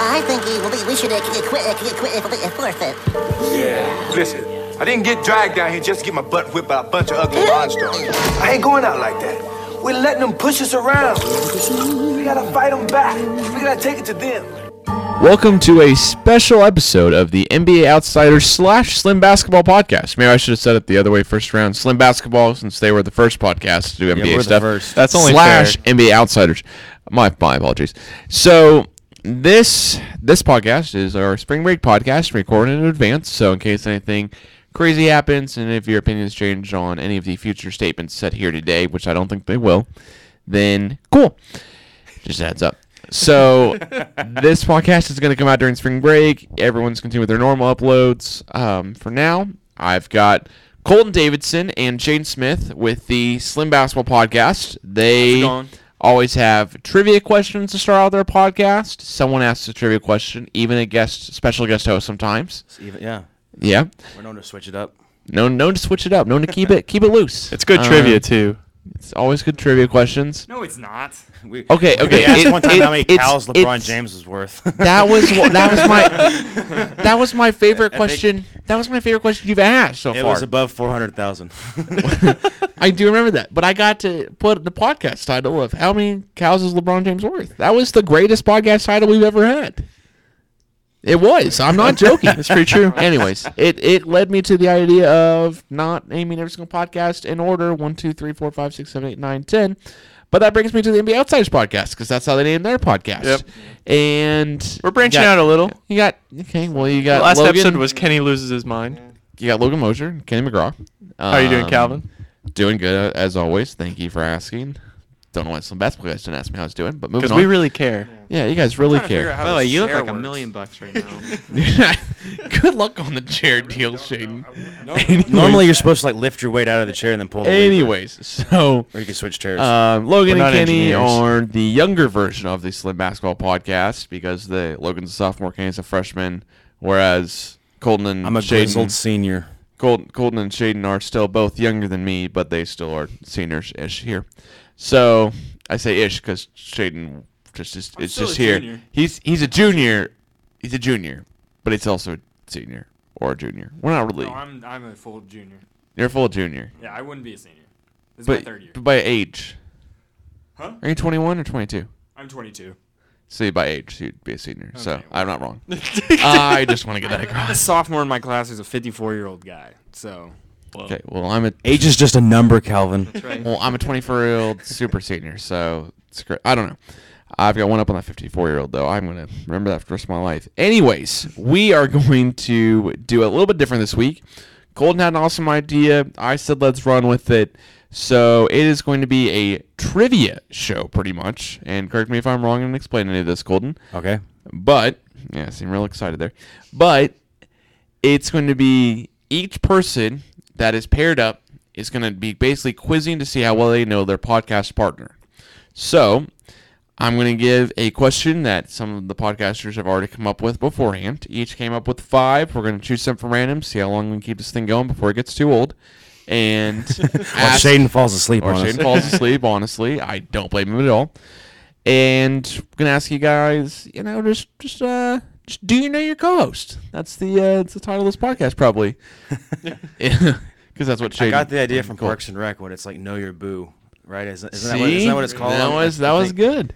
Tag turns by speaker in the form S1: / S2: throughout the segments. S1: I think uh, we- we should uh, qu- quit, uh, qu- quit, uh, quit, uh, forfeit.
S2: Listen, I didn't get dragged down here just to get my butt whipped by a bunch of ugly monsters.
S3: I ain't going out like that. We're letting them push us around. We gotta fight them back. We gotta take it to them.
S4: Welcome to a special episode of the NBA Outsiders slash Slim Basketball podcast. Maybe I should have said it the other way first round. Slim Basketball, since they were the first podcast to do NBA
S5: we're the
S4: stuff.
S5: first. That's only
S4: slash
S5: fair.
S4: NBA Outsiders. My my apologies. So this this podcast is our spring break podcast, recorded in advance. So in case anything crazy happens, and if your opinions change on any of the future statements said here today, which I don't think they will, then cool just a heads up. So this podcast is going to come out during spring break. Everyone's continuing with their normal uploads. Um, for now, I've got Colton Davidson and Shane Smith with the Slim Basketball Podcast. They
S5: going?
S4: always have trivia questions to start out their podcast. Someone asks a trivia question, even a guest, special guest host sometimes.
S5: It's even- yeah,
S4: Yeah,
S5: we're known to switch it up.
S4: known known to switch it up, known to keep it keep it loose.
S6: It's good
S4: Um,
S6: trivia too.
S4: It's always good trivia questions.
S7: No, it's not.
S5: We,
S4: Okay,
S5: we
S4: okay,
S5: asked
S4: it-
S5: one time
S4: it-
S5: how many
S4: it's-
S5: cows LeBron
S4: it's-
S5: James was worth.
S4: That was wha- that was my that was my favorite question. That was my favorite question you've asked so
S5: it
S4: far.
S5: was above four hundred thousand.
S4: I do remember that, but I got to put the podcast title of "How many cows is LeBron James worth?" That was the greatest podcast title we've ever had. It was. I'm not joking. it's pretty true. Anyways, it it led me to the idea of not naming every single podcast in order one, two, three, four, five, six, seven, eight, nine, ten. But that brings me to the NBA Outsiders podcast because that's how they named their podcast.
S6: Yep.
S4: And
S6: We're branching
S4: out a
S6: out a little.
S4: you got okay. Well, you got
S6: last
S4: Logan,
S6: episode was Kenny loses his mind.
S4: you got Logan Mosier, Kenny McGraw.
S6: How are you doing,
S4: Um,
S6: Calvin?
S4: Doing good uh, as always. Thank you for asking. Don't know why some basketball guys didn't ask me how I was doing, but moving
S6: Because
S4: on.
S6: we really care.
S4: yeah, you guys really care.
S7: By the way, you look
S8: like a million bucks right now.
S4: good luck on the chair deal, Shaden.
S5: Normally, you're supposed to like lift your weight out of the chair and then pull. the lever,
S4: Anyways, so
S5: or you can switch chairs.
S4: um, Logan
S6: We're
S4: and
S6: not
S4: Kenny
S6: engineers.
S4: are the younger version of the Slim Basketball Podcast because the Logan's a sophomore, Kenny's a freshman, whereas Colton and
S5: I'm a
S4: Shaden-
S5: grizzled senior.
S4: Colton, Colton and Shaden are still both younger than me, but they still are seniors ish here. So I say ish because Shaden just is it's
S8: still
S4: just
S8: a
S4: here.
S8: junior.
S4: He's he's a junior, he's a junior, but it's also a senior or a junior. We're not really.
S7: No, Oh, I'm I'm a full junior.
S4: You're full junior,
S7: Yeah, I wouldn't be a senior. This is my
S4: but
S7: third year.
S4: but by age.
S7: Huh?
S4: Are you 21 or 22?
S7: I'm 22.
S4: So you by age, you'd be a senior. so
S7: Okay,
S4: I'm not wrong. I just want to get that
S7: I'm a
S4: across.
S7: sophomore in my class who's a 54 year old guy. So
S4: Okay. Well, I'm a
S5: Age is just a number, Calvin.
S4: Well, I'm a 24 year old super senior, so it's great. I don't know. I've got one up on that 54 year old though. I'm gonna remember that for the rest of my life. Anyways, we are going to do a little bit different this week. Colton had an awesome idea. I said let's run with it. So it is going to be a trivia show, pretty much. And correct me if I'm wrong in explaining any of this, Colton.
S5: Okay.
S4: But yeah, I seem real excited there. But it's going to be each person that is paired up is going to be basically quizzing to see how well they know their podcast partner. So I'm going to give a question that some of the podcasters have already come up with beforehand. Each came up with five. We're going to choose some from random, see how long we can keep this thing going before it gets too old. And
S5: While
S4: ask-
S5: Shaden falls asleep
S4: or
S5: on us.
S4: Shane falls asleep. Honestly, I don't blame him at all. And I'm gonna ask you guys, you know, just just uh, just do you know your co-host? That's the uh, it's the title of this podcast probably, because that's what Shane
S5: I got the idea from
S4: Cool.
S5: Parks and Rec when it's like know your boo, right? Isn't, isn't, that, what, isn't that what it's
S4: See?
S5: called?
S4: That was that
S5: I
S4: was
S5: think-
S4: good.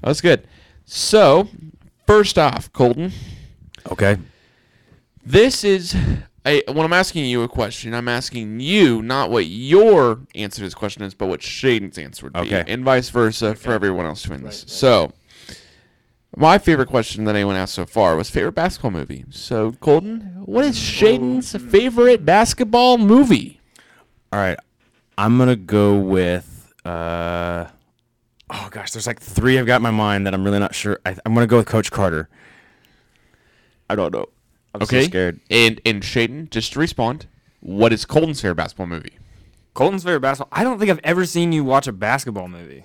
S4: That was good. So first off, Colton,
S5: Okay.
S4: This is I, when I'm asking you a question, I'm asking you not what your answer to this question is, but what Shaden's answer would be,
S5: Okay.
S4: and vice versa for everyone else doing this. So, my favorite question that anyone asked so far was favorite basketball movie. So, Colton, what is Shaden's favorite basketball movie?
S5: All right. I'm gonna go with. Uh, oh gosh, there's like three I've got in my mind that I'm really not sure. I, I'm gonna go with Coach Carter. I don't know. I'm so scared.
S4: And and Shaden, just to respond, what is Colton's favorite basketball movie?
S7: Colton's favorite basketball. I don't think I've ever seen you watch a basketball movie.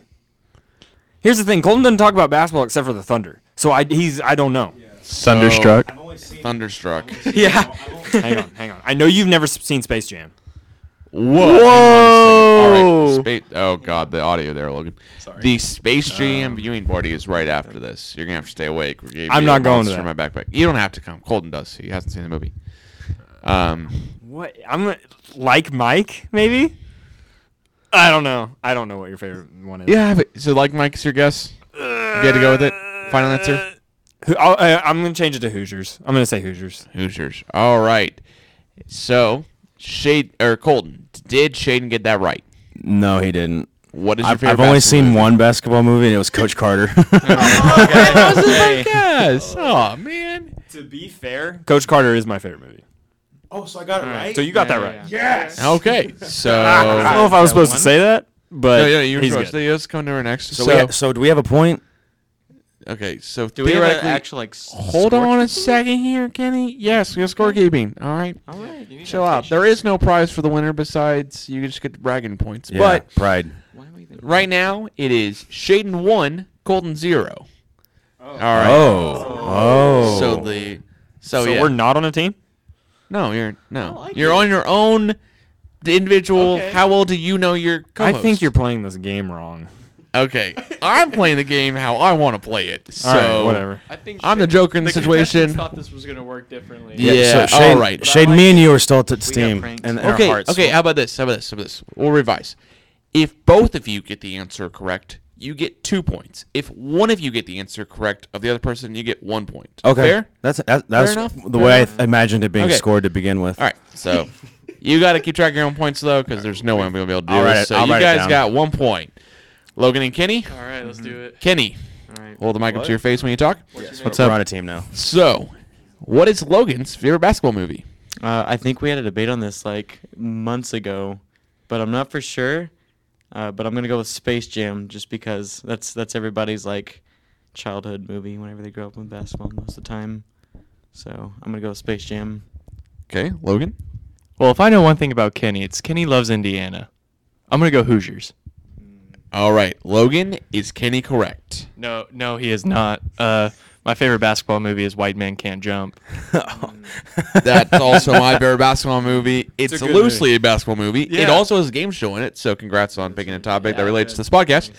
S7: Here's the thing: Colton doesn't talk about basketball except for the Thunder. So I he's I don't know.
S6: Thunderstruck.
S4: Thunderstruck.
S7: Yeah. hang on, hang on. I know you've never s- seen Space Jam.
S4: Whoa! All right, space, oh god, the audio there, Logan. Sorry. The Space Jam viewing party is right after this. You're gonna have to stay awake. We're gonna
S7: I'm
S4: be
S7: not
S4: a
S7: going to
S4: monster in
S7: that.
S4: my backpack. You don't have to come. Colton does. He hasn't seen the movie. Um,
S7: What? I'm gonna- like Mike, maybe. I don't know. I don't know what your favorite one is.
S4: yeah. But, so like Mike's your guess. If you had to go with it. Final answer.
S7: Who- I'll, I, I'm gonna change it to Hoosiers. I'm gonna say Hoosiers.
S4: Hoosiers. All right. So Shade or Colton, did Shaden get that right?
S5: No, he didn't.
S4: What is your
S5: I've,
S4: favorite?
S5: I've only
S4: basketball
S5: seen
S4: movie?
S5: one basketball movie, and it was Coach Carter.
S4: Yes. Oh man.
S7: To be fair, Coach Carter is my favorite movie.
S8: Oh, so I got it right.
S7: So you got that right.
S8: Yes.
S4: Oh, Okay. So.
S7: I don't know if I was supposed to say that, but
S4: No, yeah, you were
S7: he's
S4: supposed
S7: good.
S4: to. Let's come to our next.
S5: so, we ha- so do we have a point?
S4: Okay, so
S9: Do we have an
S4: theoretically,
S9: actual like? s-
S4: hold
S9: score?
S4: on a second here, Kenny. Yes, we have scorekeeping. All right,
S9: All right, you need
S4: chill out.
S9: notation.
S4: There is no prize for the winner besides you just get the bragging points.
S5: Yeah,
S4: But
S5: pride.
S9: Why am I even-
S4: right now it is Shaden one, Colton zero.
S9: Oh.
S4: All right.
S5: Oh, oh.
S4: So the so,
S7: So
S4: yeah.
S7: we're not on a team.
S4: no, you're no,
S9: like
S4: you're
S9: it.
S4: on your own. The individual. How well do you know your?
S7: I
S4: Co-host?
S7: think you're playing this game wrong.
S4: okay. I'm playing the game how I want to play it. So
S7: All right, whatever.
S9: I think
S4: I'm the
S9: shit.
S4: Joker in the
S9: contestants
S4: situation.
S9: Thought this was gonna work differently.
S4: Yeah.
S5: So
S4: all
S5: Shane,
S4: right.
S5: Shane, me and you are still at the team.
S9: pranked.
S5: And, and our
S4: Okay,
S5: hearts.
S4: okay. How about this? How about this? How about this? We'll revise. If both of you get the answer correct, you get two points. If one of you get the answer correct of the other person, you get one point.
S5: Okay.
S4: uh, Fair?
S5: That's that, that's
S4: enough?
S5: the
S4: Fair
S5: way I
S4: enough?
S5: th- imagined it being
S4: Okay.
S5: scored to begin with.
S4: All right. So you got to keep track of your own points though, because there's no way I'm gonna be able to do
S5: I'll write
S4: this.
S5: it-
S4: so
S5: I'll
S4: you
S5: write it
S4: guys
S5: down.
S4: got one point. Logan and Kenny.
S9: All right, let's do it.
S4: Kenny,
S9: All right.
S4: hold the mic up to your face when you talk.
S5: What's up? We're on a team now.
S4: So, what is Logan's favorite basketball movie?
S9: Uh, I think we had a debate on this like months ago, but I'm not for sure. Uh, but I'm gonna go with Space Jam just because that's that's everybody's like childhood movie whenever they grow up with basketball most of the time. So I'm gonna go with Space Jam.
S4: Okay, Logan.
S6: Well, if I know one thing about Kenny, it's Kenny loves Indiana. I'm gonna go Hoosiers.
S4: All right, Logan is Kenny correct?
S6: No, no, he is not. Uh, my favorite basketball movie is White Man Can't Jump.
S4: That's also my favorite basketball movie. It's,
S7: a good
S4: loosely a basketball movie. It
S6: Yeah.
S4: also has a game show in it. So congrats on picking a topic that relates to this podcast.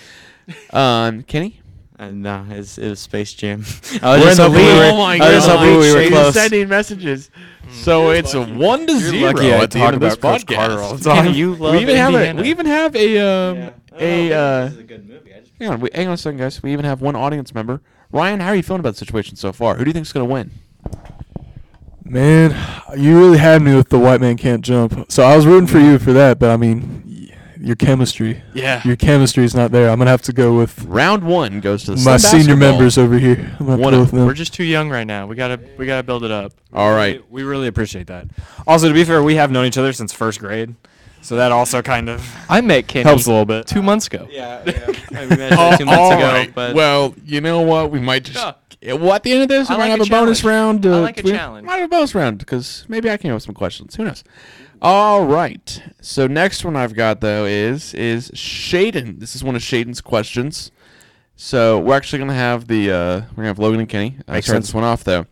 S4: Um, Kenny.
S9: And Uh, no, it's, it was Space Jam.
S5: We're in the lead.
S4: Oh my
S5: I was
S4: God.
S5: hoping we were
S4: Shane's
S5: close.
S4: sending messages. So it's a one to zero
S5: lucky I
S4: at the end of
S5: talk
S4: this
S5: about Coach Carter all
S4: podcast.
S5: the
S9: Kenny, you love
S4: We even have a,
S9: Indiana.
S4: we even have a um, a uh,
S9: a good movie. I just
S4: hang on we, hang on a second guys. We even have one audience member. Ryan, how are you feeling about the situation so far? Who do you think's gonna win?
S6: Man,
S10: You really had me with the white man can't jump. So I was rooting for you for that, but I mean, y- your chemistry,
S6: yeah.
S10: your chemistry is not there. I'm gonna have to go with
S4: Round one goes to the
S10: my
S4: Sun
S10: senior
S4: basketball.
S10: members over here. I'm gonna
S4: One
S10: have to go
S4: of-
S10: with them.
S6: We're just too young right now. We gotta we gotta build it up.
S4: All right.
S7: We really appreciate that. Also, to be fair, we have known each other since first grade, so that also kind of
S6: I met Kenny
S7: helps a little bit.
S6: two months ago.
S9: yeah, yeah. I imagine two months
S6: Oh,
S9: ago,
S4: Alright,
S9: but
S4: Well, you know what? We might just.
S6: Yeah.
S4: Yeah, Well, at the end of this, we
S6: I
S4: might
S6: like
S4: have
S6: a
S4: a bonus
S6: challenge.
S4: round.
S6: I
S4: uh,
S6: like a
S4: we
S6: challenge.
S4: Might have a bonus round because maybe I came up with some questions. Who knows? All right. So next one I've got though is is Shaden. This is one of Shaden's questions. So we're actually gonna have the uh, we're gonna have Logan and Kenny uh,
S5: Makes
S4: start
S5: sense.
S4: this one off though.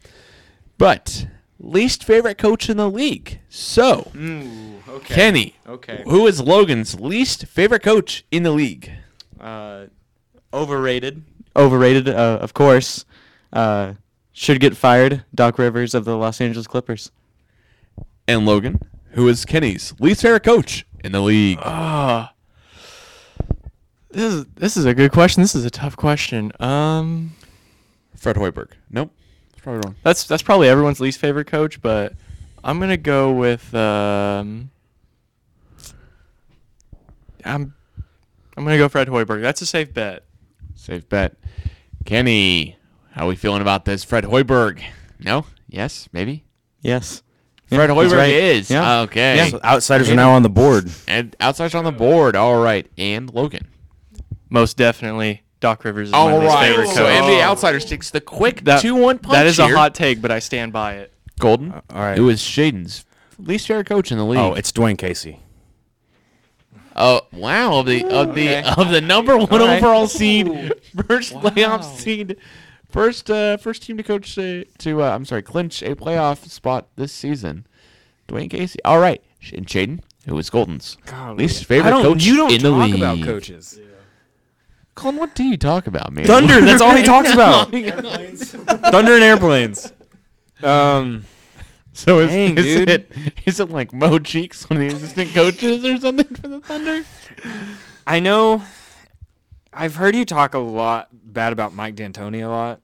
S4: But least favorite coach in the league. So
S9: okay.
S4: Kenny,
S9: Okay.
S4: who is Logan's least favorite coach in the league?
S9: Uh, overrated. Overrated, uh, of course. Uh, should get fired. Doc Rivers of the Los Angeles Clippers.
S4: and Logan, who is Kenny's least favorite coach in the league.
S6: This is this is a good question. This is a tough question. Um,
S4: Fred Hoiberg. Nope. That's probably wrong.
S6: that's that's probably everyone's least favorite coach, but I'm gonna go with um. I'm I'm gonna go Fred Hoiberg. That's a safe bet.
S4: Safe bet. Kenny, how we feeling about this? Fred Hoiberg. No? Yes? Maybe?
S9: Yes.
S4: Fred
S9: he's
S4: Hoiberg
S9: right.
S4: is.
S9: Yeah.
S4: Okay.
S5: So outsiders are now on the board.
S4: And outside's on the board. All right. And Logan.
S6: Most definitely, Doc Rivers is my least favorite
S4: So
S6: coach.
S4: NBA Outsiders takes the quick
S6: That-
S4: 2 1 punch.
S6: That is
S4: here.
S6: a hot take, but I stand by it.
S4: Golden.
S5: all right.
S4: It was Shaden's least favorite coach in the league.
S5: Oh, it's Dwayne Casey.
S4: Oh wow! Of the of the of the number one overall seed, first playoff seed, first uh, first team to coach to, to uh, I'm sorry clinch a playoff spot this season. Dwayne Casey. All right, Sh- and Shaden. It was Golden's
S7: God,
S4: least
S7: I
S4: favorite
S7: don't,
S4: coach
S7: you don't
S4: in the
S7: talk
S4: league.
S7: about coaches.
S4: Colin, what do you talk about, man?
S7: Thunder. That's all he talks about. Thunder and airplanes. Um,
S4: So is,
S7: Dang,
S4: is
S7: dude.
S4: it is it like Mo Cheeks, one of the assistant coaches, or something for the Thunder?
S7: I know. I've heard you talk a lot bad about Mike D'Antoni a lot.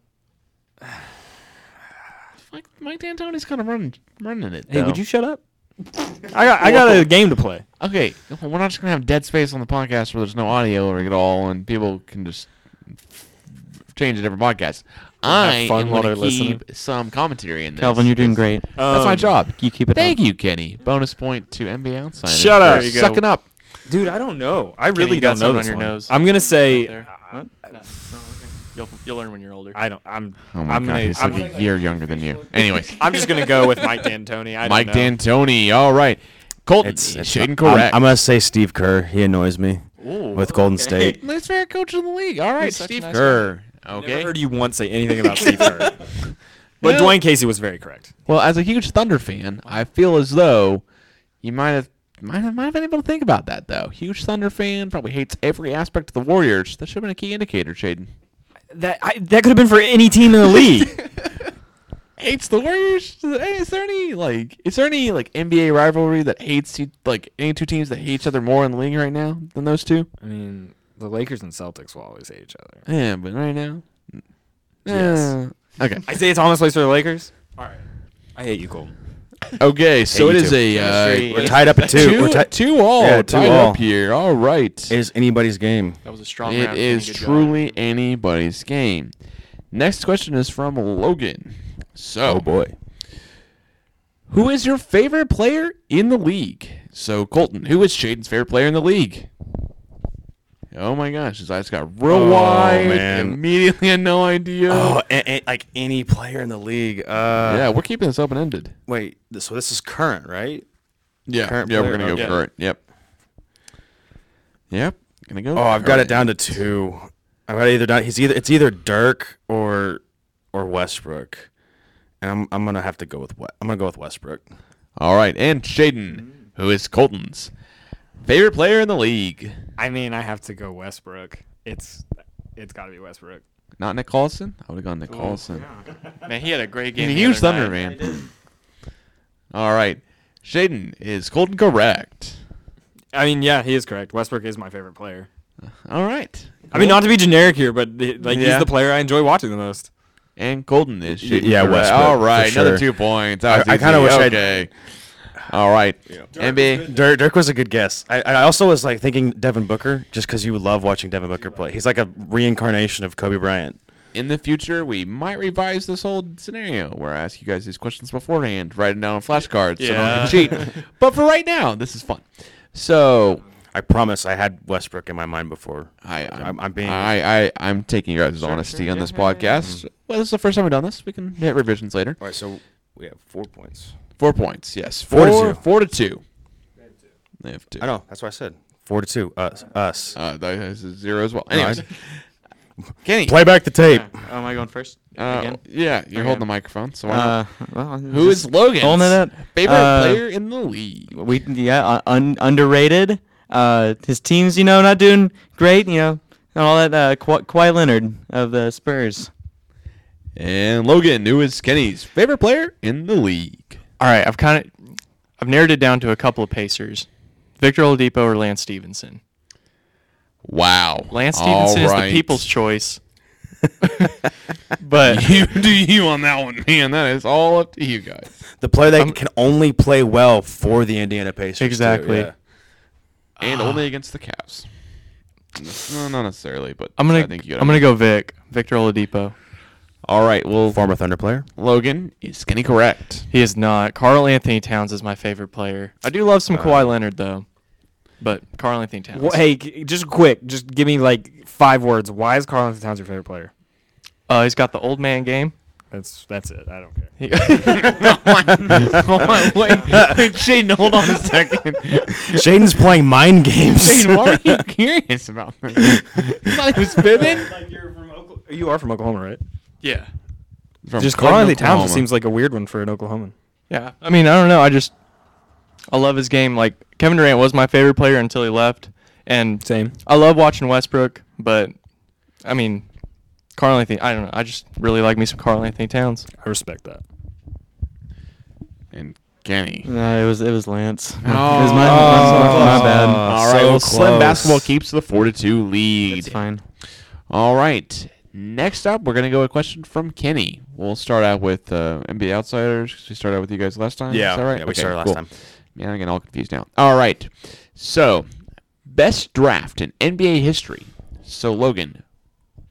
S4: Mike, Mike D'Antoni's kind of running running it.
S7: Hey,
S4: though.
S7: would you shut up? I got I got a game to play.
S4: Okay, we're not just gonna have dead space on the podcast where there's no audio at all, and people can just change it every podcast. I
S6: fun
S4: am
S6: while
S4: gonna
S6: they're listening.
S4: keep some commentary in this.
S9: Calvin, you're doing great.
S7: Um,
S4: That's my job.
S9: You keep it
S4: Thank you, Kenny. Bonus point to NBA outside.
S7: Shut up. There you go.
S4: Sucking up.
S7: Dude, I don't know. I
S6: Kenny,
S7: really
S6: you got
S7: don't
S6: something
S7: know this
S6: on your
S7: one.
S6: nose.
S7: I'm gonna say
S6: there. What? No. You'll, you'll learn when you're older.
S7: I don't. I'm.
S4: Oh my
S7: I'm
S4: god,
S7: gonna.
S4: he's
S7: I'm,
S4: like a year younger than you. Anyways,
S7: I'm just gonna go with Mike D'Antoni. I don't
S4: Mike
S7: know.
S4: D'Antoni. All right, Colton, incorrect.
S5: I'm, I'm gonna say Steve Kerr. He annoys me with Golden State.
S4: Nice fair coach in the league. All right,
S6: He's such a
S4: Steve
S6: nice
S4: Kerr.
S7: Never
S4: Okay.
S7: heard you once say anything about Steve Kerr. But
S4: Yeah.
S7: Dwayne Casey was very correct.
S4: Well, as a huge Thunder fan, I feel as though you might have might have, might have been able to think about that though. Huge Thunder fan probably hates every aspect of the Warriors. That should have been a key indicator, Shaden.
S7: That I, that could have been for any team in the league.
S4: Hates the Warriors. Hey, Is there any like is there any like NBA rivalry that hates you- like any two teams that hate each other more in the league right now than those two?
S5: Mm-hmm.
S7: I mean, the Lakers and Celtics will always hate each other.
S4: Yeah, but right now.
S7: Yes.
S4: eh. Okay.
S7: Isaiah Thomas plays for the Lakers. All right. I hate you, Colton.
S4: Okay. So it
S5: you
S4: is
S5: too.
S4: a uh,
S5: We're tied up at two.
S4: two,
S5: We're ti-
S4: two all
S5: Yeah, two
S4: tied
S5: all.
S4: up here. All right.
S5: It is anybody's game.
S6: That was a strong
S4: It
S6: round,
S4: is
S6: Kenny, good job.
S4: truly anybody's game. Next question is from Logan. So,
S5: Oh boy.
S4: who is your favorite player in the league? So, Colton, who is Shaden's favorite player in the league? Oh my gosh, his eyes got real
S5: Oh,
S4: wide.
S5: man.
S4: Immediately had no idea.
S5: Oh, and, and, like any player in the league. Uh,
S4: yeah, we're keeping this open ended.
S5: Wait. th- So this is current, right?
S4: Yeah,
S5: Current
S4: yeah, we're
S5: player,
S4: gonna go
S5: okay.
S4: current. Yep. Yep. Gonna go.
S5: Oh, I've got it down to two. I've got it either down. He's either it's either Dirk or or Westbrook, and I'm I'm gonna have to go with what I'm gonna go with Westbrook.
S4: All right, and Shaden, who is Colton's favorite player in the league?
S7: I mean, I have to go Westbrook. It's it's got to be Westbrook.
S4: Not Nick Collison? I would have gone Nick Collison.
S6: Man, he had a great
S4: He's
S6: game.
S4: a
S6: the
S4: huge
S6: other
S4: Thunder
S6: night.
S4: man. All right, Shaden is Colton correct.
S7: I mean, yeah, he is correct. Westbrook is my favorite player.
S4: All right,
S7: I mean, not to be generic here, but the, like
S4: Yeah.
S7: he's the player I enjoy watching the most.
S4: and Colton is Shaden
S5: yeah,
S4: correct.
S5: Westbrook,
S4: All
S5: for
S4: right, another two
S5: sure.
S4: points. That was
S5: I- I kinda
S4: easy.
S5: wish I'd-
S4: okay. All right, NBA.
S5: Dirk, Dirk was a good guess. I, I also was like thinking Devin Booker, just because you love watching Devin Booker play. He's like a reincarnation of Kobe Bryant.
S4: In the future, we might revise this whole scenario where I ask you guys these questions beforehand, write them down on flashcards,
S6: Yeah.
S4: so don't cheat. but for right now, this is fun. So
S5: I promise, I had Westbrook in my mind before.
S4: I, I'm,
S5: I'm, I'm being.
S4: I, I, I'm taking your guys' honesty on this podcast. Well, this is the first time we've done this. We can hit revisions later.
S5: all right, so we have four points.
S4: Four points, yes.
S5: Four to two.
S4: Four to two. They have two.
S5: I know. That's what I said. Four to two. Us. Us.
S4: Uh, that is a zero as well. Anyways, Kenny.
S5: Play back the tape.
S9: Oh, am I going first?
S4: Uh,
S9: Again?
S4: yeah, you're holding the microphone. So why not?
S9: Uh, well,
S4: who is Logan?
S9: Owning it.
S4: Favorite
S9: Uh,
S4: player in the league.
S9: we yeah uh, un- underrated. Uh, his team's you know not doing great. You know and all that. Uh, Kawhi Kawhi Leonard of the Spurs.
S4: And Logan, who is Kenny's favorite player in the league?
S6: All right, I've kind of I've narrowed it down to a couple of Pacers, Victor Oladipo or Lance Stevenson.
S4: Wow,
S6: Lance
S4: All
S6: Stevenson is
S4: right.
S6: the people's choice. but
S4: You do you on that one, man. That is all up to you guys.
S5: The player that can only play well for the Indiana Pacers. too,
S6: Exactly.
S5: yeah.
S4: and
S6: Ah.
S4: only against the Cavs. No, not necessarily, but
S6: I'm gonna
S4: I think you gotta
S6: I'm gonna go Vic Victor Oladipo.
S4: All right, well,
S5: Former Thunder player.
S4: Logan is Kenny correct.
S6: He is not. Carl Anthony Towns is my favorite player. I do love some
S9: Uh,
S6: Kawhi Leonard though, but Carl Anthony Towns.
S7: Well, hey, g- just quick, just give me like five words. Why is Carl Anthony Towns your favorite player?
S6: Uh, he's got the old man game.
S7: That's that's it. I don't care.
S6: He- oh my, oh my, wait, wait, Shaden, hold on a second.
S5: Shaden's playing mind games.
S4: Shane, why are you curious about this? You thought he was fibbing?
S7: You are from Oklahoma, right?
S6: Yeah,
S4: From
S7: Just Carl Anthony Towns
S4: Oklahoma.
S7: just seems like a weird one for an Oklahoman.
S6: yeah. I mean, I don't know. I just I love his game. Like Kevin Durant was my favorite player until he left, and
S7: Same.
S6: I love watching Westbrook, but I mean, Carl Anthony. I don't know. I just really like me some Carl Anthony Towns.
S7: I respect that.
S4: And Kenny.
S9: No, Uh, it was it was Lance.
S4: Oh.
S9: it was my, my, my bad.
S4: All right, well, Slim Basketball keeps the 4 to 2 lead.
S9: It's fine.
S4: All right. Next up, we're going to go a question from Kenny. We'll start out with uh, NBA Outsiders 'cause we started out with you guys last time.
S5: Yeah,
S4: Is that right?
S5: yeah, we started last time.
S4: Man, I'm getting all confused now. All right. So, best draft in NBA history. So, Logan,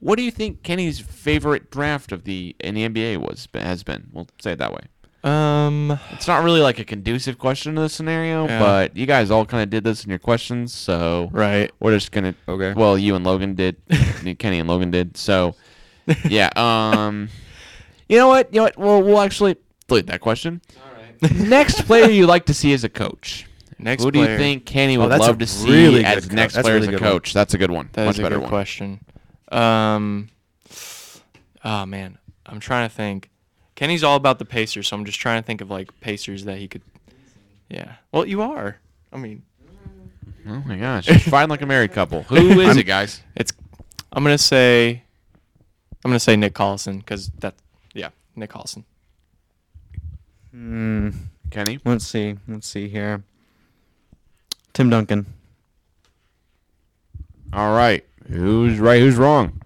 S4: what do you think Kenny's favorite draft of the in the NBA was has been? We'll say it that way.
S6: Um,
S4: It's not really like a conducive question to the scenario,
S6: Yeah.
S4: but you guys all kind of did this in your questions, so
S6: Right.
S4: We're just gonna
S5: Okay.
S4: Well, you and Logan did, and Kenny and Logan did. So, yeah. Um, you know what? You know what? We'll we'll actually delete that question. All right. Next player you'd like to see as a coach.
S6: Next
S4: Who do you
S6: player.
S4: think Kenny would
S5: Oh, that's a
S4: love to see
S5: really good
S4: as
S5: co-
S4: next
S5: that's a
S4: player
S5: really
S4: as a
S5: good one.
S4: coach? That's a good one.
S6: that
S4: Much
S6: is a
S4: better
S6: good
S4: one.
S6: question. Um, oh man, I'm trying to think. Kenny's all about the Pacers, so I'm just trying to think of like Pacers that he could. Yeah. Well, you are. I mean,
S4: Oh my gosh! Just Find like a married couple. Who is it, guys?
S6: it's. I'm gonna say. I'm gonna say Nick Collison because that. Yeah, Nick Collison.
S4: Kenny.
S9: Let's see. Let's see here. Tim Duncan.
S4: All right. Who's right? Who's wrong?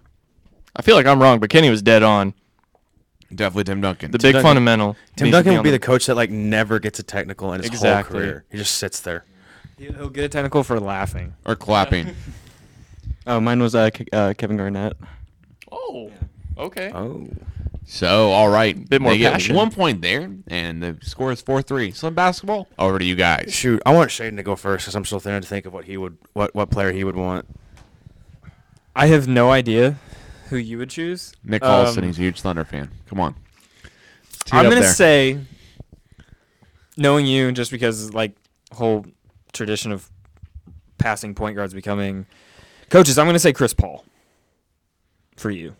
S6: I feel like I'm wrong, but Kenny was dead on.
S4: Definitely Tim Duncan.
S6: The big
S5: Duncan-
S6: fundamental.
S5: Tim
S6: needs to
S5: Duncan will
S6: on
S5: be the coach that like never gets a technical in his
S6: Exactly.
S5: whole career. He just sits there.
S7: He'll get a technical for laughing.
S4: or clapping.
S9: Oh, mine was uh, Ke- uh, Kevin Garnett.
S6: Oh. Okay.
S5: Oh.
S4: So, all right,
S6: Bit more
S4: they get
S6: passion.
S4: one point there, and the score is four three. Slim basketball over to you guys.
S5: Shoot, I want Shaden to go first because I'm still trying to think of what he would, what what player he would want.
S7: I have no idea who you would choose.
S4: Nick
S7: Um,
S4: Collison, he's a huge Thunder fan. Come on, Tee it
S7: I'm
S4: up
S7: gonna
S4: there.
S7: say, knowing you, just because like whole tradition of passing point guards becoming coaches, I'm gonna say Chris Paul for you.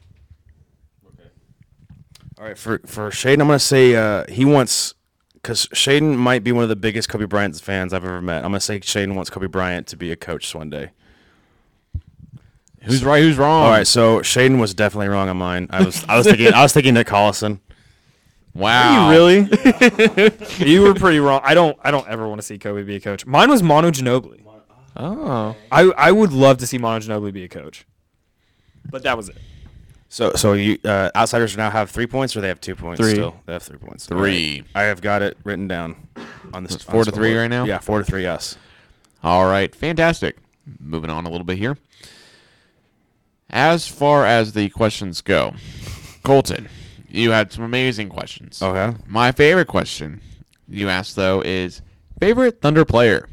S5: All right, for for Shaden, I'm gonna say uh, he wants because Shaden might be one of the biggest Kobe Bryant fans I've ever met. I'm gonna say Shaden wants Kobe Bryant to be a coach one day.
S4: who's right, who's wrong.
S5: All right, so Shaden was definitely wrong on mine. I was I was thinking I was thinking Nick Collison.
S4: wow,
S7: Really? you were pretty wrong. I don't. I don't ever want to see Kobe be a coach. Mine was Mono Ginobili.
S6: Oh.
S7: I I would love to see Mono Ginobili be a coach, but that was it.
S5: So so you uh, outsiders now have three points or they have two points
S6: Three.
S5: still. They have three points. All
S4: Three.
S5: right. I have got it written down on this.
S4: four
S5: on
S4: to
S5: this
S4: three
S5: board.
S4: right now?
S5: Yeah, four to three. Yes.
S4: All right, fantastic. Moving on a little bit here. As far as the questions go, Colton, you had some amazing questions.
S5: Okay.
S4: My favorite question you asked though is favorite Thunder player.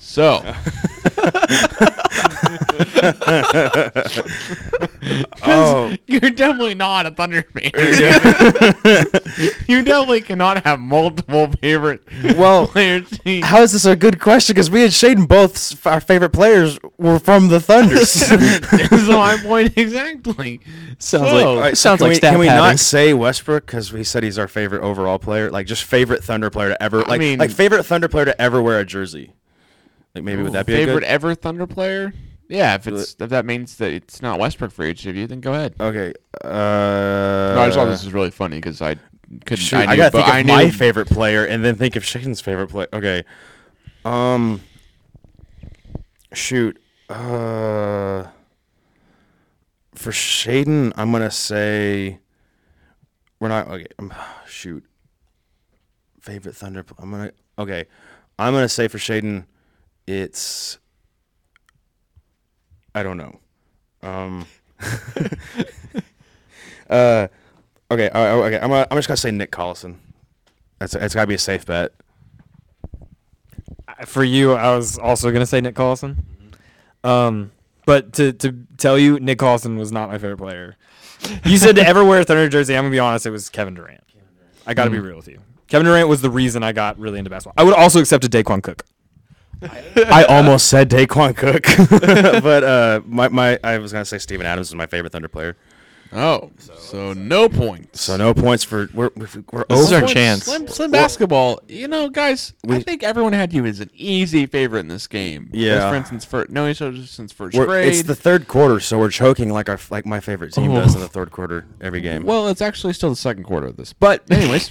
S4: So,
S5: Oh,
S4: You're definitely not a Thunder fan. you definitely cannot have multiple favorite
S5: well.
S4: players. You
S5: How is this a good question? Because we and Shaden both s- our favorite players were from the Thunders.
S4: so my point exactly.
S9: Sounds
S4: So-
S9: like
S4: All
S5: All right, so
S9: Oh, sounds
S5: can
S9: like
S5: we,
S9: stat
S5: Can we
S9: padding.
S5: not say Westbrook because we said he's our favorite overall player? Like just favorite Thunder player to ever, like
S4: mean-
S5: like favorite Thunder player to ever wear a jersey. Like maybe would that be
S4: favorite
S5: a
S4: ever Thunder player? Yeah, if it's if that means that it's not Westbrook for each of you, then go ahead.
S9: e-
S5: good? Okay. Uh,
S4: no, I just thought this was really funny because I couldn't.
S5: shoot,
S4: I,
S5: I,
S4: knew,
S5: gotta
S4: but
S5: think of
S4: I knew,
S5: my favorite player and then think of Shaden's favorite player. Okay. Um. Shoot. Uh. For Shaden, I'm gonna say we're not okay. Um, shoot. Favorite Thunder. pl- I'm gonna okay. I'm gonna say for Shaden, it's. I don't know. Um. uh. Okay, all right, all right, okay. I'm, gonna, I'm just gonna say Nick Collison. That's it's gotta be a safe bet.
S7: for you, I was also gonna say Nick Collison. Um, but to to tell you, Nick Collison was not my favorite player. You said to ever wear a Thunder jersey. I'm gonna be honest, it was Kevin Durant. I gotta be real with you. Kevin Durant was the reason I got really into basketball. I would also accept a Daquan Cook.
S5: I almost said uh, Daquan Cook, but uh, my, my I was gonna say Steven Adams is my favorite Thunder player.
S4: Oh, so no points.
S5: So no points for we're we're, we're
S6: This is
S5: over.
S6: our chance.
S4: Slim, slim basketball. You know, guys, I think everyone had you as an easy favorite in this game. Because,
S5: Yeah.
S4: For instance, for no each other since 1st
S5: We're,
S4: grade.
S5: it's the third quarter, so we're choking like our like my favorite team does in the third quarter every game.
S4: well, it's actually still the second quarter of this. But anyways,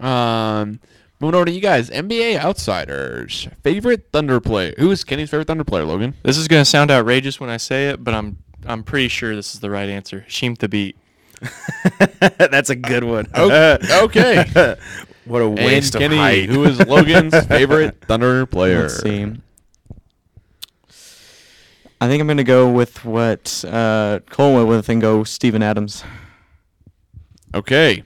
S4: um, moving over to you guys, NBA outsiders favorite Thunder player. Who is Kenny's favorite Thunder player? Logan.
S6: This is gonna sound outrageous when I say it, but I'm I'm pretty sure this is the right answer. Sheem the beat.
S5: that's a good one.
S6: Uh,
S4: okay.
S5: what a
S4: Oh. and
S5: waste
S4: Kenny,
S5: of height.
S4: who is Logan's favorite Thunder player?
S9: Let's see. I think I'm gonna go with what uh, Cole went with and go Steven Adams.
S4: Okay.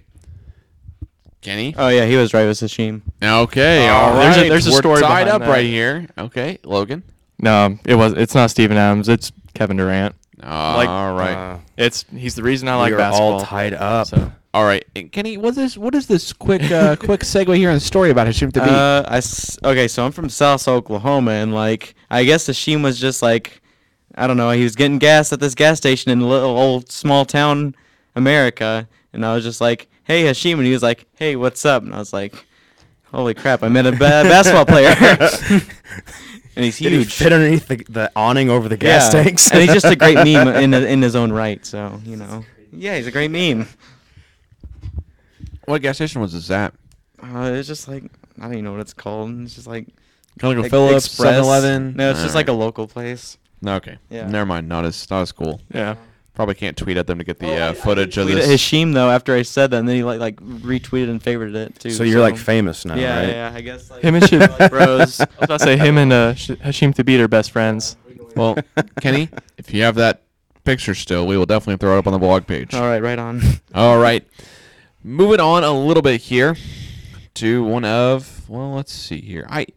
S4: Kenny.
S9: Oh yeah, he was right. It was Hashim.
S4: Okay. all right.
S6: Uh, oh, there's a- there's a
S4: We're
S6: story
S4: tied
S6: behind
S4: up
S6: that.
S4: right here. Okay, Logan.
S6: No, it was. It's not Steven Adams. It's Kevin Durant.
S4: all right.
S5: Uh,
S6: It's he's the reason I like
S5: we are
S6: basketball.
S5: all tied up.
S6: So
S4: All right, and Kenny, what is what is this quick uh, quick segue here on the story about Hashim Thabit?
S9: Uh, I s- okay, so I'm from South Oklahoma, and like I guess Hashim was just like, I don't know, he was getting gas at this gas station in little old small town America, and I was just like, hey Hashim, and he was like, hey, what's up? And I was like, holy crap, I met a ba- basketball player, and he's
S5: Did he
S9: huge.
S5: fit underneath the, the awning over the gas
S9: Yeah,
S5: tanks?
S9: and he's just a great meme in in his own right. So you know, yeah, he's a great meme.
S4: what gas station was this at?
S9: Uh, it's just like I don't even know what it's called. It's just like
S4: Kind
S9: Ex- Express. No, it's just like a local place.
S4: a okay.
S9: Yeah.
S4: Never mind, not as not as cool.
S6: yeah,
S4: Probably can't tweet at them to
S9: Oh
S4: get the uh, footage of
S9: Tweeted
S4: this.
S9: Hashim though after I said that, and then he like like retweeted and favorited it too.
S5: so you're like famous now,
S9: yeah,
S5: right?
S9: yeah. I guess like
S6: him and Shim,
S9: like bros.
S6: I was about to say him and uh, Sh- Hashim Thabit are best friends.
S4: well, Kenny, if you have that picture still, we will definitely throw it up on the blog page.
S9: All right, right on.
S4: All right. Moving on a little bit here to one of well, let's see here. I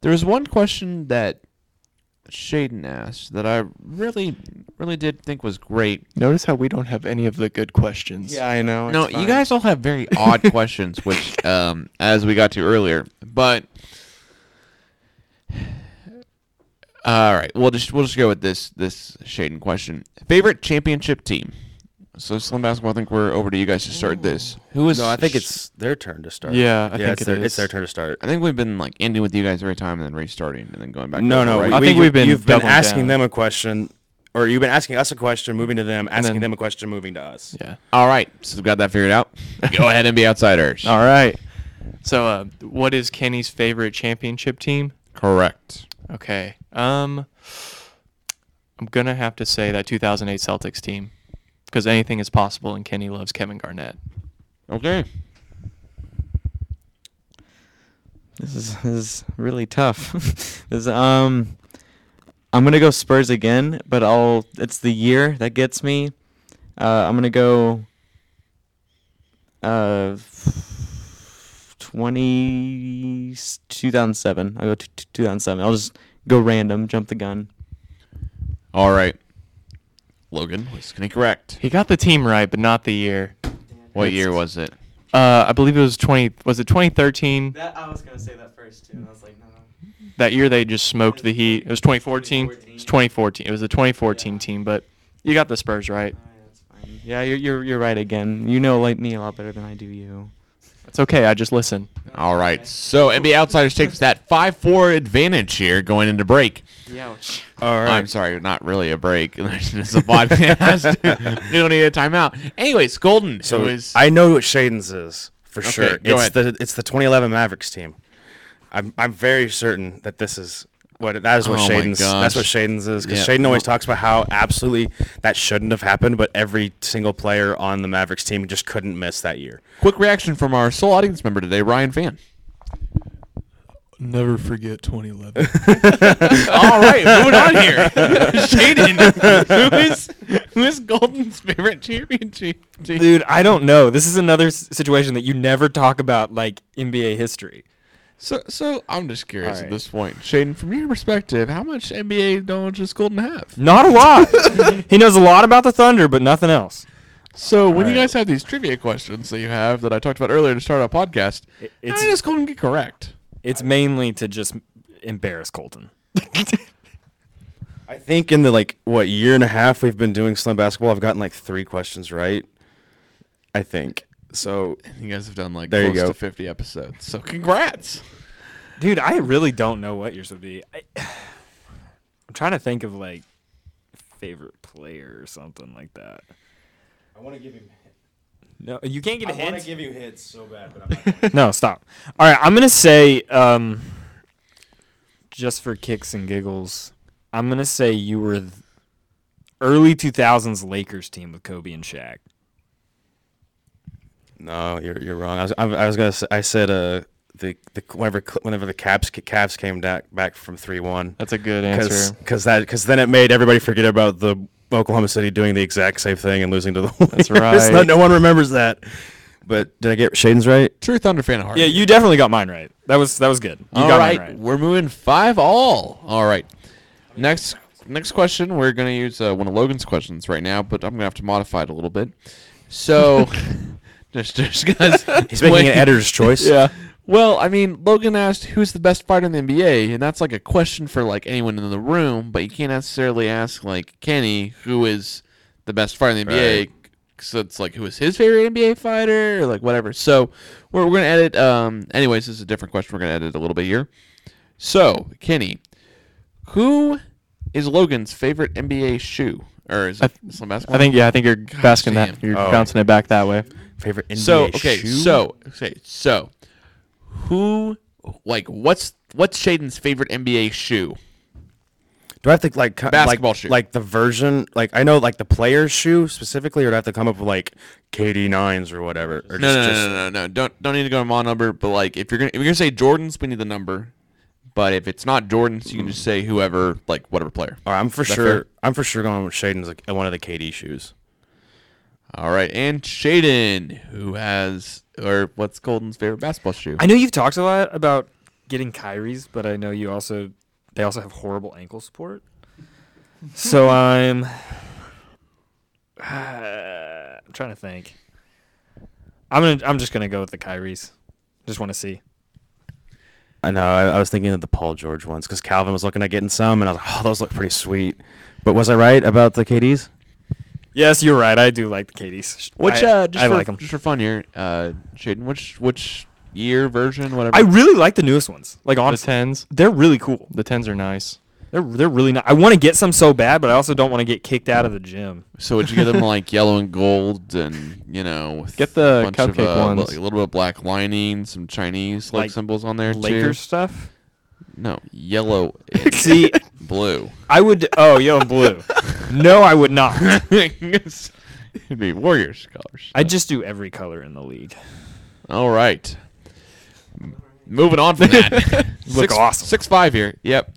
S4: there was one question that Shaden asked that I really really did think was great.
S6: Notice how we don't have any of the good questions.
S9: Yeah, I know.
S4: No, you guys all have very odd questions, which um as we got to earlier. But all right, we'll just we'll just go with this this Shaden question. Favorite championship team. So Slim Basketball, I think we're over to you guys to start this. Who is
S5: No, I think
S4: sh-
S5: it's their turn to start.
S6: Yeah, I think
S5: it's
S6: it
S5: their,
S6: is.
S5: It's their turn to start.
S4: I think we've been like ending with you guys every time and then restarting and then going back.
S5: No,
S4: over,
S5: no.
S4: right?
S5: we-
S6: I think
S5: we-
S6: we've been
S5: You've been
S6: doubling
S5: asking
S6: down.
S5: them a question, or you've been asking us a question, moving to them, asking
S6: then-
S5: them a question, moving to us.
S6: Yeah.
S4: All right, so we've got that figured out. Go ahead and be outsiders.
S6: All right. So, uh, what is Kenny's favorite championship team?
S4: Correct.
S6: Okay. Um, I'm gonna have to say that 2008 Celtics team, because anything is possible, and Kenny loves Kevin Garnett.
S4: Okay.
S9: This is, this is really tough. this um, I'm gonna go Spurs again, but I'll. It's the year that gets me. Uh, I'm gonna go. Uh, 20 2007. I'll go t- t- 2007. I'll just go random, jump the gun.
S4: All right. Logan was gonna correct.
S6: He got the team right, but not the year.
S4: What year was it?
S6: Uh, I believe it was 20. Was it 2013?
S9: That I was gonna say that first too. And I was like, no.
S6: That year they just smoked the Heat. It was 2014. It was 2014. It was the 2014 team, but you got the Spurs right.
S9: Yeah, you're, you're you're right again. You know, like me a lot better than I do you.
S6: It's okay. I just listen.
S4: All right. So NBA outsiders takes that five-four advantage here going into break.
S5: All right.
S4: I'm sorry, not really a break. it's a podcast. we don't need a timeout. Anyways, Golden.
S5: so
S4: who is
S5: I know what Shaden's is for sure.
S4: go
S5: it's
S4: ahead.
S5: the it's the 2011 Mavericks team. I'm I'm very certain that this is what that is what
S4: Oh my
S5: Shaden's that's what
S4: gosh.
S5: Shaden's is because
S4: Yeah.
S5: Shaden always talks about how absolutely that shouldn't have happened, but every single player on the Mavericks team just couldn't miss that year.
S4: quick reaction from our sole audience member today, Ryan Fan.
S10: Never forget 2011.
S4: All right, moving on here. Shaden, who is who is Golden's favorite championship team?
S7: Dude, I don't know. This is another s- situation that you never talk about, like NBA history.
S4: So, so I'm just curious
S7: All
S4: at
S7: right.
S4: this point, Shaden, from your perspective, how much NBA knowledge does Golden have?
S7: Not a lot. he knows a lot about the Thunder, but nothing else.
S4: So, when you guys have these trivia questions that you have that I talked about earlier to start our podcast,
S7: it's-
S4: how does Golden get correct?
S7: It's mainly to just embarrass Colton.
S5: I I think in the like what year and a half we've been doing slam basketball, I've gotten like three questions right. I think so.
S4: You guys have done like
S5: There you
S4: close
S5: go.
S4: to 50 episodes. So congrats.
S7: Dude, I really don't know what yours would be. I, I'm trying to think of like favorite player or something like that.
S5: I want to give him.
S7: No, you can't get a hint.
S5: give you hits so bad, but I'm
S7: no, stop. All right, I'm gonna say, um, just for kicks and giggles, I'm gonna say you were th- early 2000s Lakers team with Kobe and Shaq.
S5: No, you're you're wrong. I was I, I was gonna say, I said uh the the whenever Cl- whenever the Caps Caps came back back from three one
S6: That's a good
S5: because
S6: answer.
S5: because that because then it made everybody forget about the Oklahoma City doing the exact same thing and losing to the Warriors. no,
S6: right.
S5: no one remembers that. But did I get Shaden's right?
S4: True Thunder fan at heart.
S7: Yeah, you definitely got mine right. That was that was good. You
S4: All
S7: got
S4: right,
S7: mine right.
S4: we're moving five all. All right, next next question. We're gonna use uh, one of Logan's questions right now, but I'm gonna have to modify it a little bit. So, just just guys,
S5: He's making
S4: wait.
S5: an editor's choice.
S4: Yeah. Well, I mean, Logan asked who's the best fighter in the NBA, and that's like a question for like anyone in the room, but you can't necessarily ask like Kenny who is the best fighter in the NBA. So it's like who is his favorite NBA fighter or like whatever. So we're, we're gonna edit. Um, anyways, this is a different question. We're gonna edit a little bit here. So Kenny, who is Logan's favorite NBA shoe? Or is it slim basketball?
S6: I think yeah, I think you're basking
S4: damn.
S6: that. You're bouncing it back that way.
S5: Favorite NBA
S4: So okay,
S5: shoe?
S4: so okay, so who like what's what's Shaden's favorite NBA shoe?
S5: do I have to like co-
S4: Basketball
S5: like,
S4: shoe.
S5: like the version like I know like the player's shoe specifically, or do I have to come up with like KD nines or whatever? Or
S4: No, no, no, no, no, no. Don't don't need to go to mod number, but like if you're gonna if you're gonna say Jordans, we need the number. But if it's not Jordans, you can just say whoever, like whatever player.
S5: All right, I'm for
S4: that
S5: sure.
S4: fair?
S5: I'm for sure going with Shaden's like, one of the KD shoes.
S4: All right, and Shaden, who has or what's Golden's favorite basketball shoe?
S7: I know you've talked a lot about getting Kyrie's, but I know you also they also have horrible ankle support. So I'm I'm trying to think. I'm gonna I'm just gonna go with the Kyrie's. Just want to see.
S5: I know. I, I was thinking of the Paul George ones because Calvin was looking at getting some, and I was like, "Oh, those look pretty sweet." But was I right about the KDs?
S7: Yes, you're right. I do like the Katie's.
S4: which
S7: I,
S4: uh, just
S7: I
S4: for,
S7: like them.
S4: just for fun here, uh, Shaden, which which year version, whatever.
S7: I really like the newest ones. Like
S6: The
S7: honestly,
S6: tens,
S7: they're really cool.
S6: the tens are nice.
S7: They're they're really nice. I want to get some so bad, but I also don't want to get kicked out of the gym.
S4: So would you get them like yellow and gold, and you know, with
S6: Get the
S4: bunch of,
S6: cupcake
S4: uh, li-
S6: ones.
S4: a little bit of black lining, some Chinese like,
S7: Like
S4: symbols on there too.
S7: Lakers stuff.
S4: No, yellow, and
S7: See,
S4: blue.
S7: I would. Oh, yellow and blue. No, I would not.
S4: It'd be Warriors colors.
S7: I just do every color in the league.
S4: All right. Moving on from that.
S7: Look
S4: six,
S7: awesome.
S4: Six five here. Yep.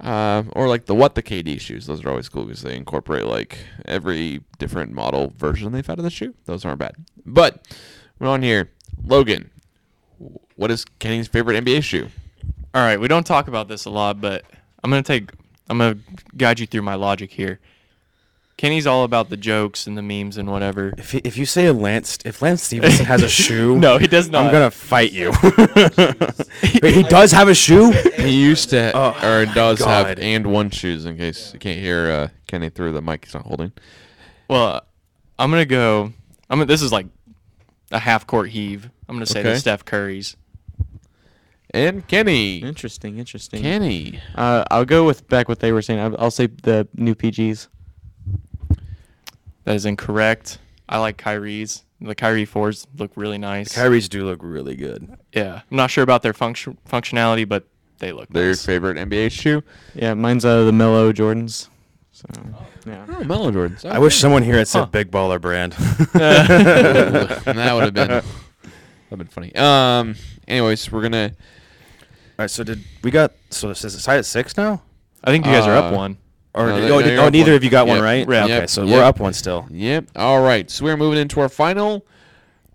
S4: Uh, or like the what the KD shoes. Those are always cool because they incorporate like every different model version they've had of the shoe. Those aren't bad. But we're on here. Logan, what is Kenny's favorite NBA shoe?
S6: All right, we don't talk about this a lot, but I'm gonna take, I'm gonna guide you through my logic here. Kenny's all about the jokes and the memes and whatever.
S5: If, y- if you say a Lance, if Lance Stevenson has a shoe,
S6: No, he does
S5: I'm
S6: not.
S5: gonna fight you. Wait, he does have a shoe.
S4: He used to, or does have,
S5: God.
S4: and one shoes in case you can't hear uh, Kenny through the mic he's not holding.
S6: Well, I'm gonna go. I'm. Gonna, this is like a half court heave. I'm gonna say the
S4: Okay.
S6: Steph Curry's.
S4: And Kenny.
S9: Interesting, interesting.
S4: Kenny.
S9: Uh, I'll go with back what they were saying. I'll, I'll say the new PGs.
S6: That is incorrect. I like Kyrie's. The Kyrie fours look really nice.
S5: Kyrie's do look really good.
S6: yeah, I'm not sure about their function functionality, but they look
S4: Their
S6: nice.
S4: favorite NBA shoe?
S9: Yeah, mine's uh, the Mellow Jordans. So yeah,
S4: Oh, Mellow Jordans.
S5: I wish someone here had said Big Baller Brand.
S4: that would have been that would have been funny. Um. Anyways, we're gonna.
S5: All right, so did we got so is it tied at six now?
S6: I think you guys are up
S4: Uh,
S6: one.
S5: Or
S4: No,
S5: did-
S4: they-
S5: oh,
S4: no,
S5: did-
S4: you're
S5: oh,
S4: up
S5: neither
S4: one.
S5: of you got
S4: Yep.
S5: one right.
S4: Yep.
S5: Okay, so we're
S4: Yep.
S5: up one still.
S4: Yep. All right. So we're moving into our final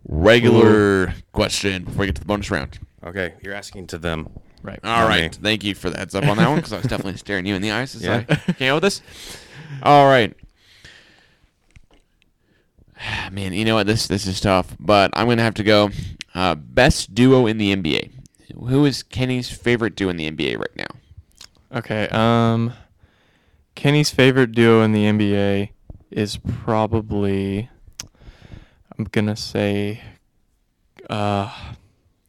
S4: regular question before we get to the bonus round.
S5: Okay, you're asking to them.
S6: Right.
S4: All
S5: Not
S4: right.
S5: me.
S4: Thank you for the heads up on that one because I was definitely staring you in the eyes as
S5: Yeah.
S4: I came up with this. All right. Man, you know what? This this is tough, but I'm gonna have to go. Uh, best duo in the NBA. Who is Kenny's favorite duo in the NBA right now?
S6: Okay. Um, Kenny's favorite duo in the NBA is probably I'm gonna say uh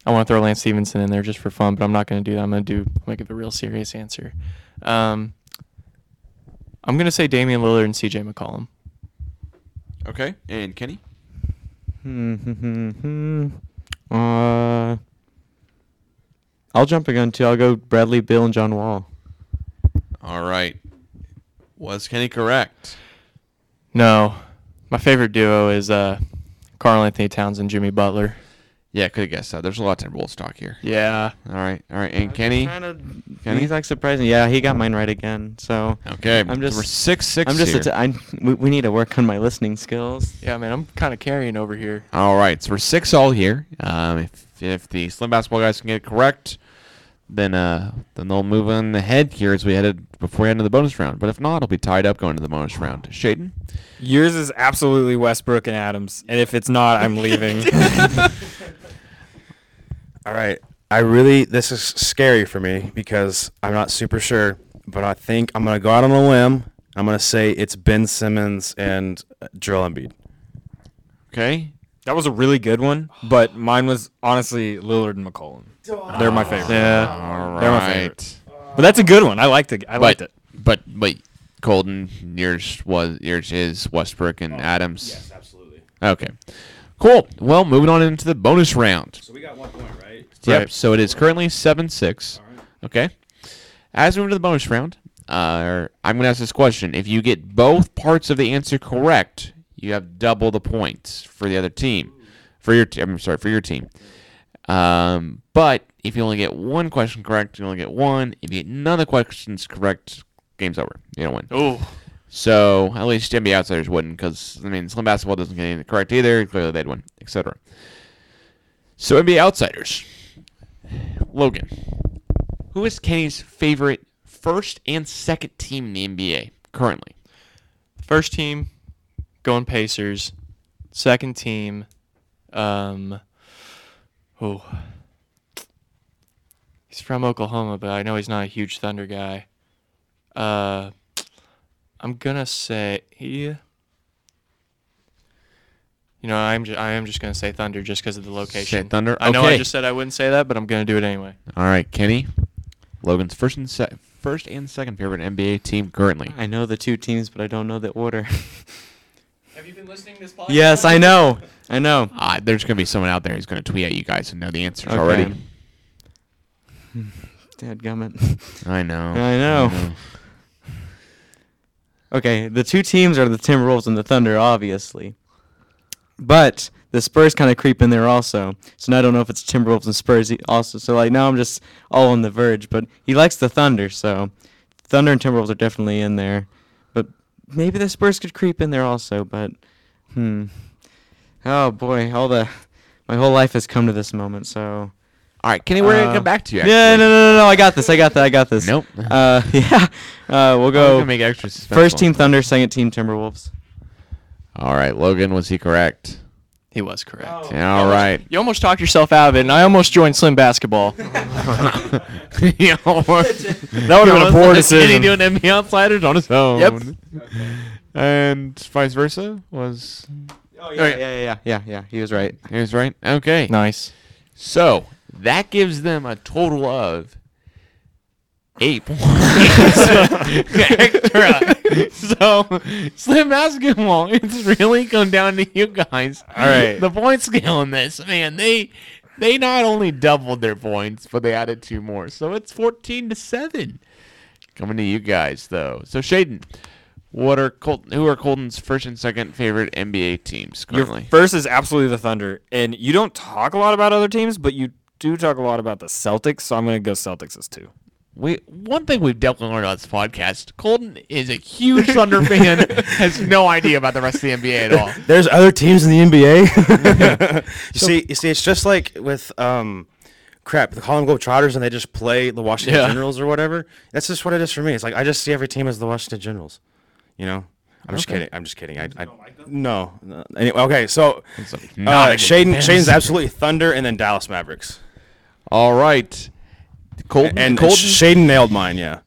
S6: I want to throw Lance Stevenson in there just for fun, but I'm not gonna do that. I'm gonna do I'm gonna give a real serious answer. Um, I'm gonna say Damian Lillard and C.J. McCollum.
S4: Okay. And Kenny?
S9: uh, I'll jump a gun too. I'll go Bradley, Bill, and John Wall.
S4: All right. Was Kenny correct?
S6: No, my favorite duo is uh Carl Anthony Towns and Jimmy Butler.
S4: Yeah, could have guessed that. There's a lot of Timberwolves talk here.
S6: Yeah,
S4: All right. All right. And Kenny? Kenny?
S9: He's like surprising. Yeah, he got mine right again. So
S4: Okay.
S9: I'm just
S4: We're 6 6
S9: I'm just.
S4: here.
S9: A t- I'm, we, we need to work on my listening skills.
S6: yeah, man, I'm kind of carrying over here.
S4: All right, so we're six all here. Um, if if the slim basketball guys can get it correct, then uh, then they'll move on ahead here as we headed before we head into the bonus round. But if not, it'll be tied up going to the bonus round. Shaden,
S7: Yours is absolutely Westbrook and Adams, and if it's not, I'm leaving.
S5: All right. I really this is scary for me because I'm not super sure, but I think I'm gonna go out on a limb. I'm gonna say it's Ben Simmons and uh, Joel Embiid.
S4: okay,
S7: that was a really good one, but mine was honestly Lillard and McCollum. They're my favorite.
S6: Yeah,
S4: all
S7: They're my
S4: right,
S7: But that's a good one. I liked it. I liked
S4: but
S7: it.
S4: but but Colden, yours was yours is Westbrook
S3: Oh,
S4: and Adams. Yes, absolutely. Okay, cool. Well, moving on into the bonus round.
S3: We got one point, right?
S4: Yep.
S6: Right.
S4: So it is currently seven six. Okay. As we move to the bonus round, uh, I'm going to ask this question: If you get both parts of the answer correct, you have double the points for the other team, for your. T- I'm sorry, for your team. Um, but if you only get one question correct, you only get one. If you get none of the questions correct, game's over. You don't win.
S6: oh,
S4: So at least NBA outsiders wouldn't, because I mean, slim basketball doesn't get anything correct either. Clearly, they'd win, etc. So NBA outsiders, Logan, who is Kenny's favorite first and second team in the NBA currently?
S6: first team going Pacers, second team, um, oh, he's from Oklahoma, but I know he's not a huge Thunder guy. Uh, I'm gonna say he. You know, I'm ju- I am just gonna say Thunder just because of the location.
S4: Thunder?
S6: I know
S4: Okay.
S6: I just said I wouldn't say that, but I'm gonna do it anyway.
S4: All right, Kenny, Logan's first and se- first and second favorite NBA team currently.
S9: I know the two teams, but I don't know the order.
S6: Have you been listening to this podcast?
S9: yes, I know. I know.
S4: Uh, there's gonna be someone out there who's gonna tweet at you guys and know the answers
S9: Okay.
S4: already.
S9: Dadgummit.
S4: I know.
S9: I know. Okay, the two teams are the Timberwolves and the Thunder, obviously. But the Spurs kind of creep in there also. So now I don't know if it's Timberwolves and Spurs e- also. So like now I'm just all on the verge. But he likes the Thunder, so Thunder and Timberwolves are definitely in there. But maybe the Spurs could creep in there also. But hmm, oh boy, all the my whole life has come to this moment. So
S4: All right, Kenny, we're gonna
S9: Uh,
S4: come back to you.
S9: yeah,
S4: actually.
S9: no, no, no, no, I got this. I got that. I got this.
S4: Nope.
S9: Uh, yeah. Uh, we'll
S4: I was
S9: go.
S4: gonna make it extra
S9: First
S4: suspenseful.
S9: team Thunder, second team Timberwolves.
S4: All right, Logan, was he correct?
S6: he was correct.
S4: All right.
S6: You almost talked yourself out of it, and I almost joined Slim Basketball.
S4: that would
S7: That would have been a poor decision.
S4: doing NBA outsiders on his own.
S6: Yep.
S4: And vice versa was Oh,
S9: yeah, yeah, yeah, yeah, yeah. He was right.
S4: he was right. Okay.
S6: nice.
S4: So that gives them a total of eight points extra. so slim basketball, it's really come down to you guys. All
S7: right.
S4: the point scale in this man they they not only doubled their points but they added two more, so it's fourteen to seven. Coming to you guys though. So Shaden, what are Colton? Who are Colton's first and second favorite NBA teams
S7: Your
S4: currently?
S7: first is absolutely the Thunder, and you don't talk a lot about other teams, but you do talk a lot about the Celtics. So I'm gonna go Celtics as two.
S4: We one thing we've definitely learned about this podcast: Colton is a huge Thunder fan, has no idea about the rest of the NBA at all.
S5: There's other teams in the NBA. you see, you see, it's just like with um, crap, the Harlem Globetrotters, and they just play the Washington
S6: Yeah.
S5: Generals or whatever. That's just what it is for me. It's like I just see every team as the Washington Generals. You know, I'm just kidding. I'm just kidding. I, I no. no. Anyway, okay, so uh,
S4: not a good
S5: Shaden,
S4: defense.
S5: Shaden's absolutely Thunder, and then Dallas Mavericks,
S4: All right, Colton
S5: and, and
S4: Colton,
S5: Shaden nailed mine. Yeah.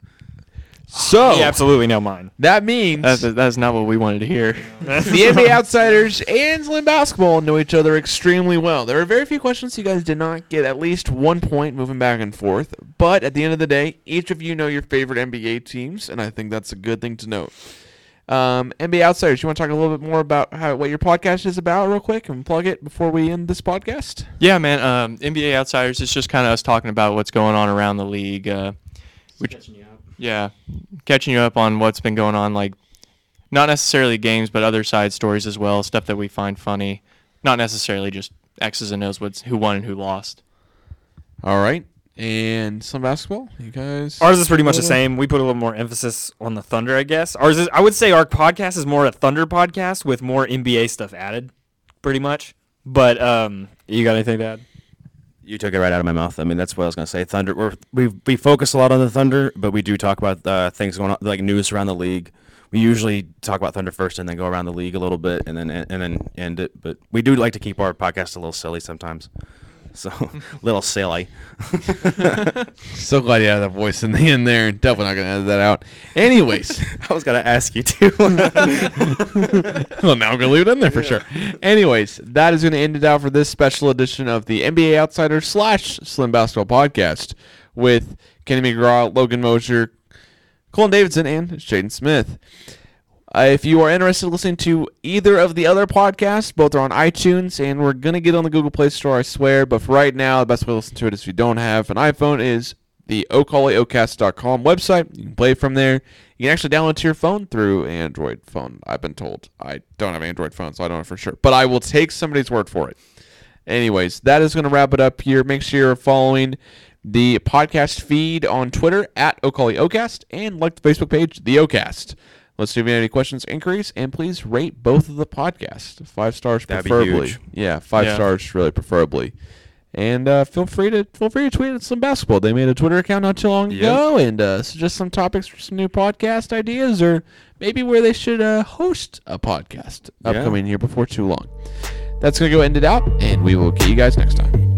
S4: So
S7: He absolutely know mine.
S4: that means
S6: That's, that's not what we wanted to hear.
S4: the NBA outsiders and Slim Basketball know each other extremely well. There are very few questions you guys did not get at least one point moving back and forth, but at the end of the day, each of you know your favorite NBA teams, and I think that's a good thing to note. Um, NBA outsiders, you want to talk a little bit more about how, what your podcast is about, real quick, and plug it before we end this podcast?
S6: Yeah, man. Um, NBA Outsiders. It's just kind of us talking about what's going on around the league. Uh, which, Yeah, catching you up on what's been going on, like not necessarily games, but other side stories as well, stuff that we find funny. Not necessarily just X's and O's, what's who won and who lost.
S4: All right, and Slim Basketball, you guys.
S7: Ours is pretty much the same. We put a little more emphasis on the Thunder, I guess. Ours is I would say our podcast is more a Thunder podcast with more NBA stuff added, pretty much. But um you got anything to add?
S5: You took it right out of my mouth. I mean, that's what I was gonna say. Thunder. We're, we we focus a lot on the Thunder, but we do talk about uh, things going on, like news around the league. We usually talk about Thunder first, and then go around the league a little bit, and then and then end it. But we do like to keep our podcast a little silly sometimes. So little silly.
S4: So glad you had that voice in the end there. Definitely not gonna edit that out. Anyways.
S5: I was gonna ask you to.
S4: well, now I'm going to leave it in there for sure. Anyways, that is going to end it out for this special edition of the NBA Outsider slash Slim Basketball Podcast with Kenny McGraw, Logan Mosher, Colin Davidson, and Jaden Smith. Uh, if you are interested in listening to either of the other podcasts, both are on iTunes, and we're going to get on the Google Play Store, I swear. But for right now, the best way to listen to it is if you don't have an iPhone is the OcallyOcast.com website. You can play it from there. You can actually download it to your phone through Android phone, I've been told. I don't have an Android phone, so I don't know for sure. But I will take somebody's word for it. Anyways, that is going to wrap it up here. Make sure you're following the podcast feed on Twitter at Okali Ocast and like the Facebook page, The Ocast. Let's see if you have any questions, inquiries, and please rate both of the podcasts. Five stars
S5: That'd be
S4: preferably.
S5: huge.
S4: Yeah, five
S6: Yeah.
S4: stars really preferably. And uh, feel free to feel free to tweet at some basketball. They made a Twitter account not too long ago and uh, suggest some topics for some new podcast ideas or maybe where they should uh, host a podcast upcoming here before too long. That's gonna go end it out, and we will get you guys next time.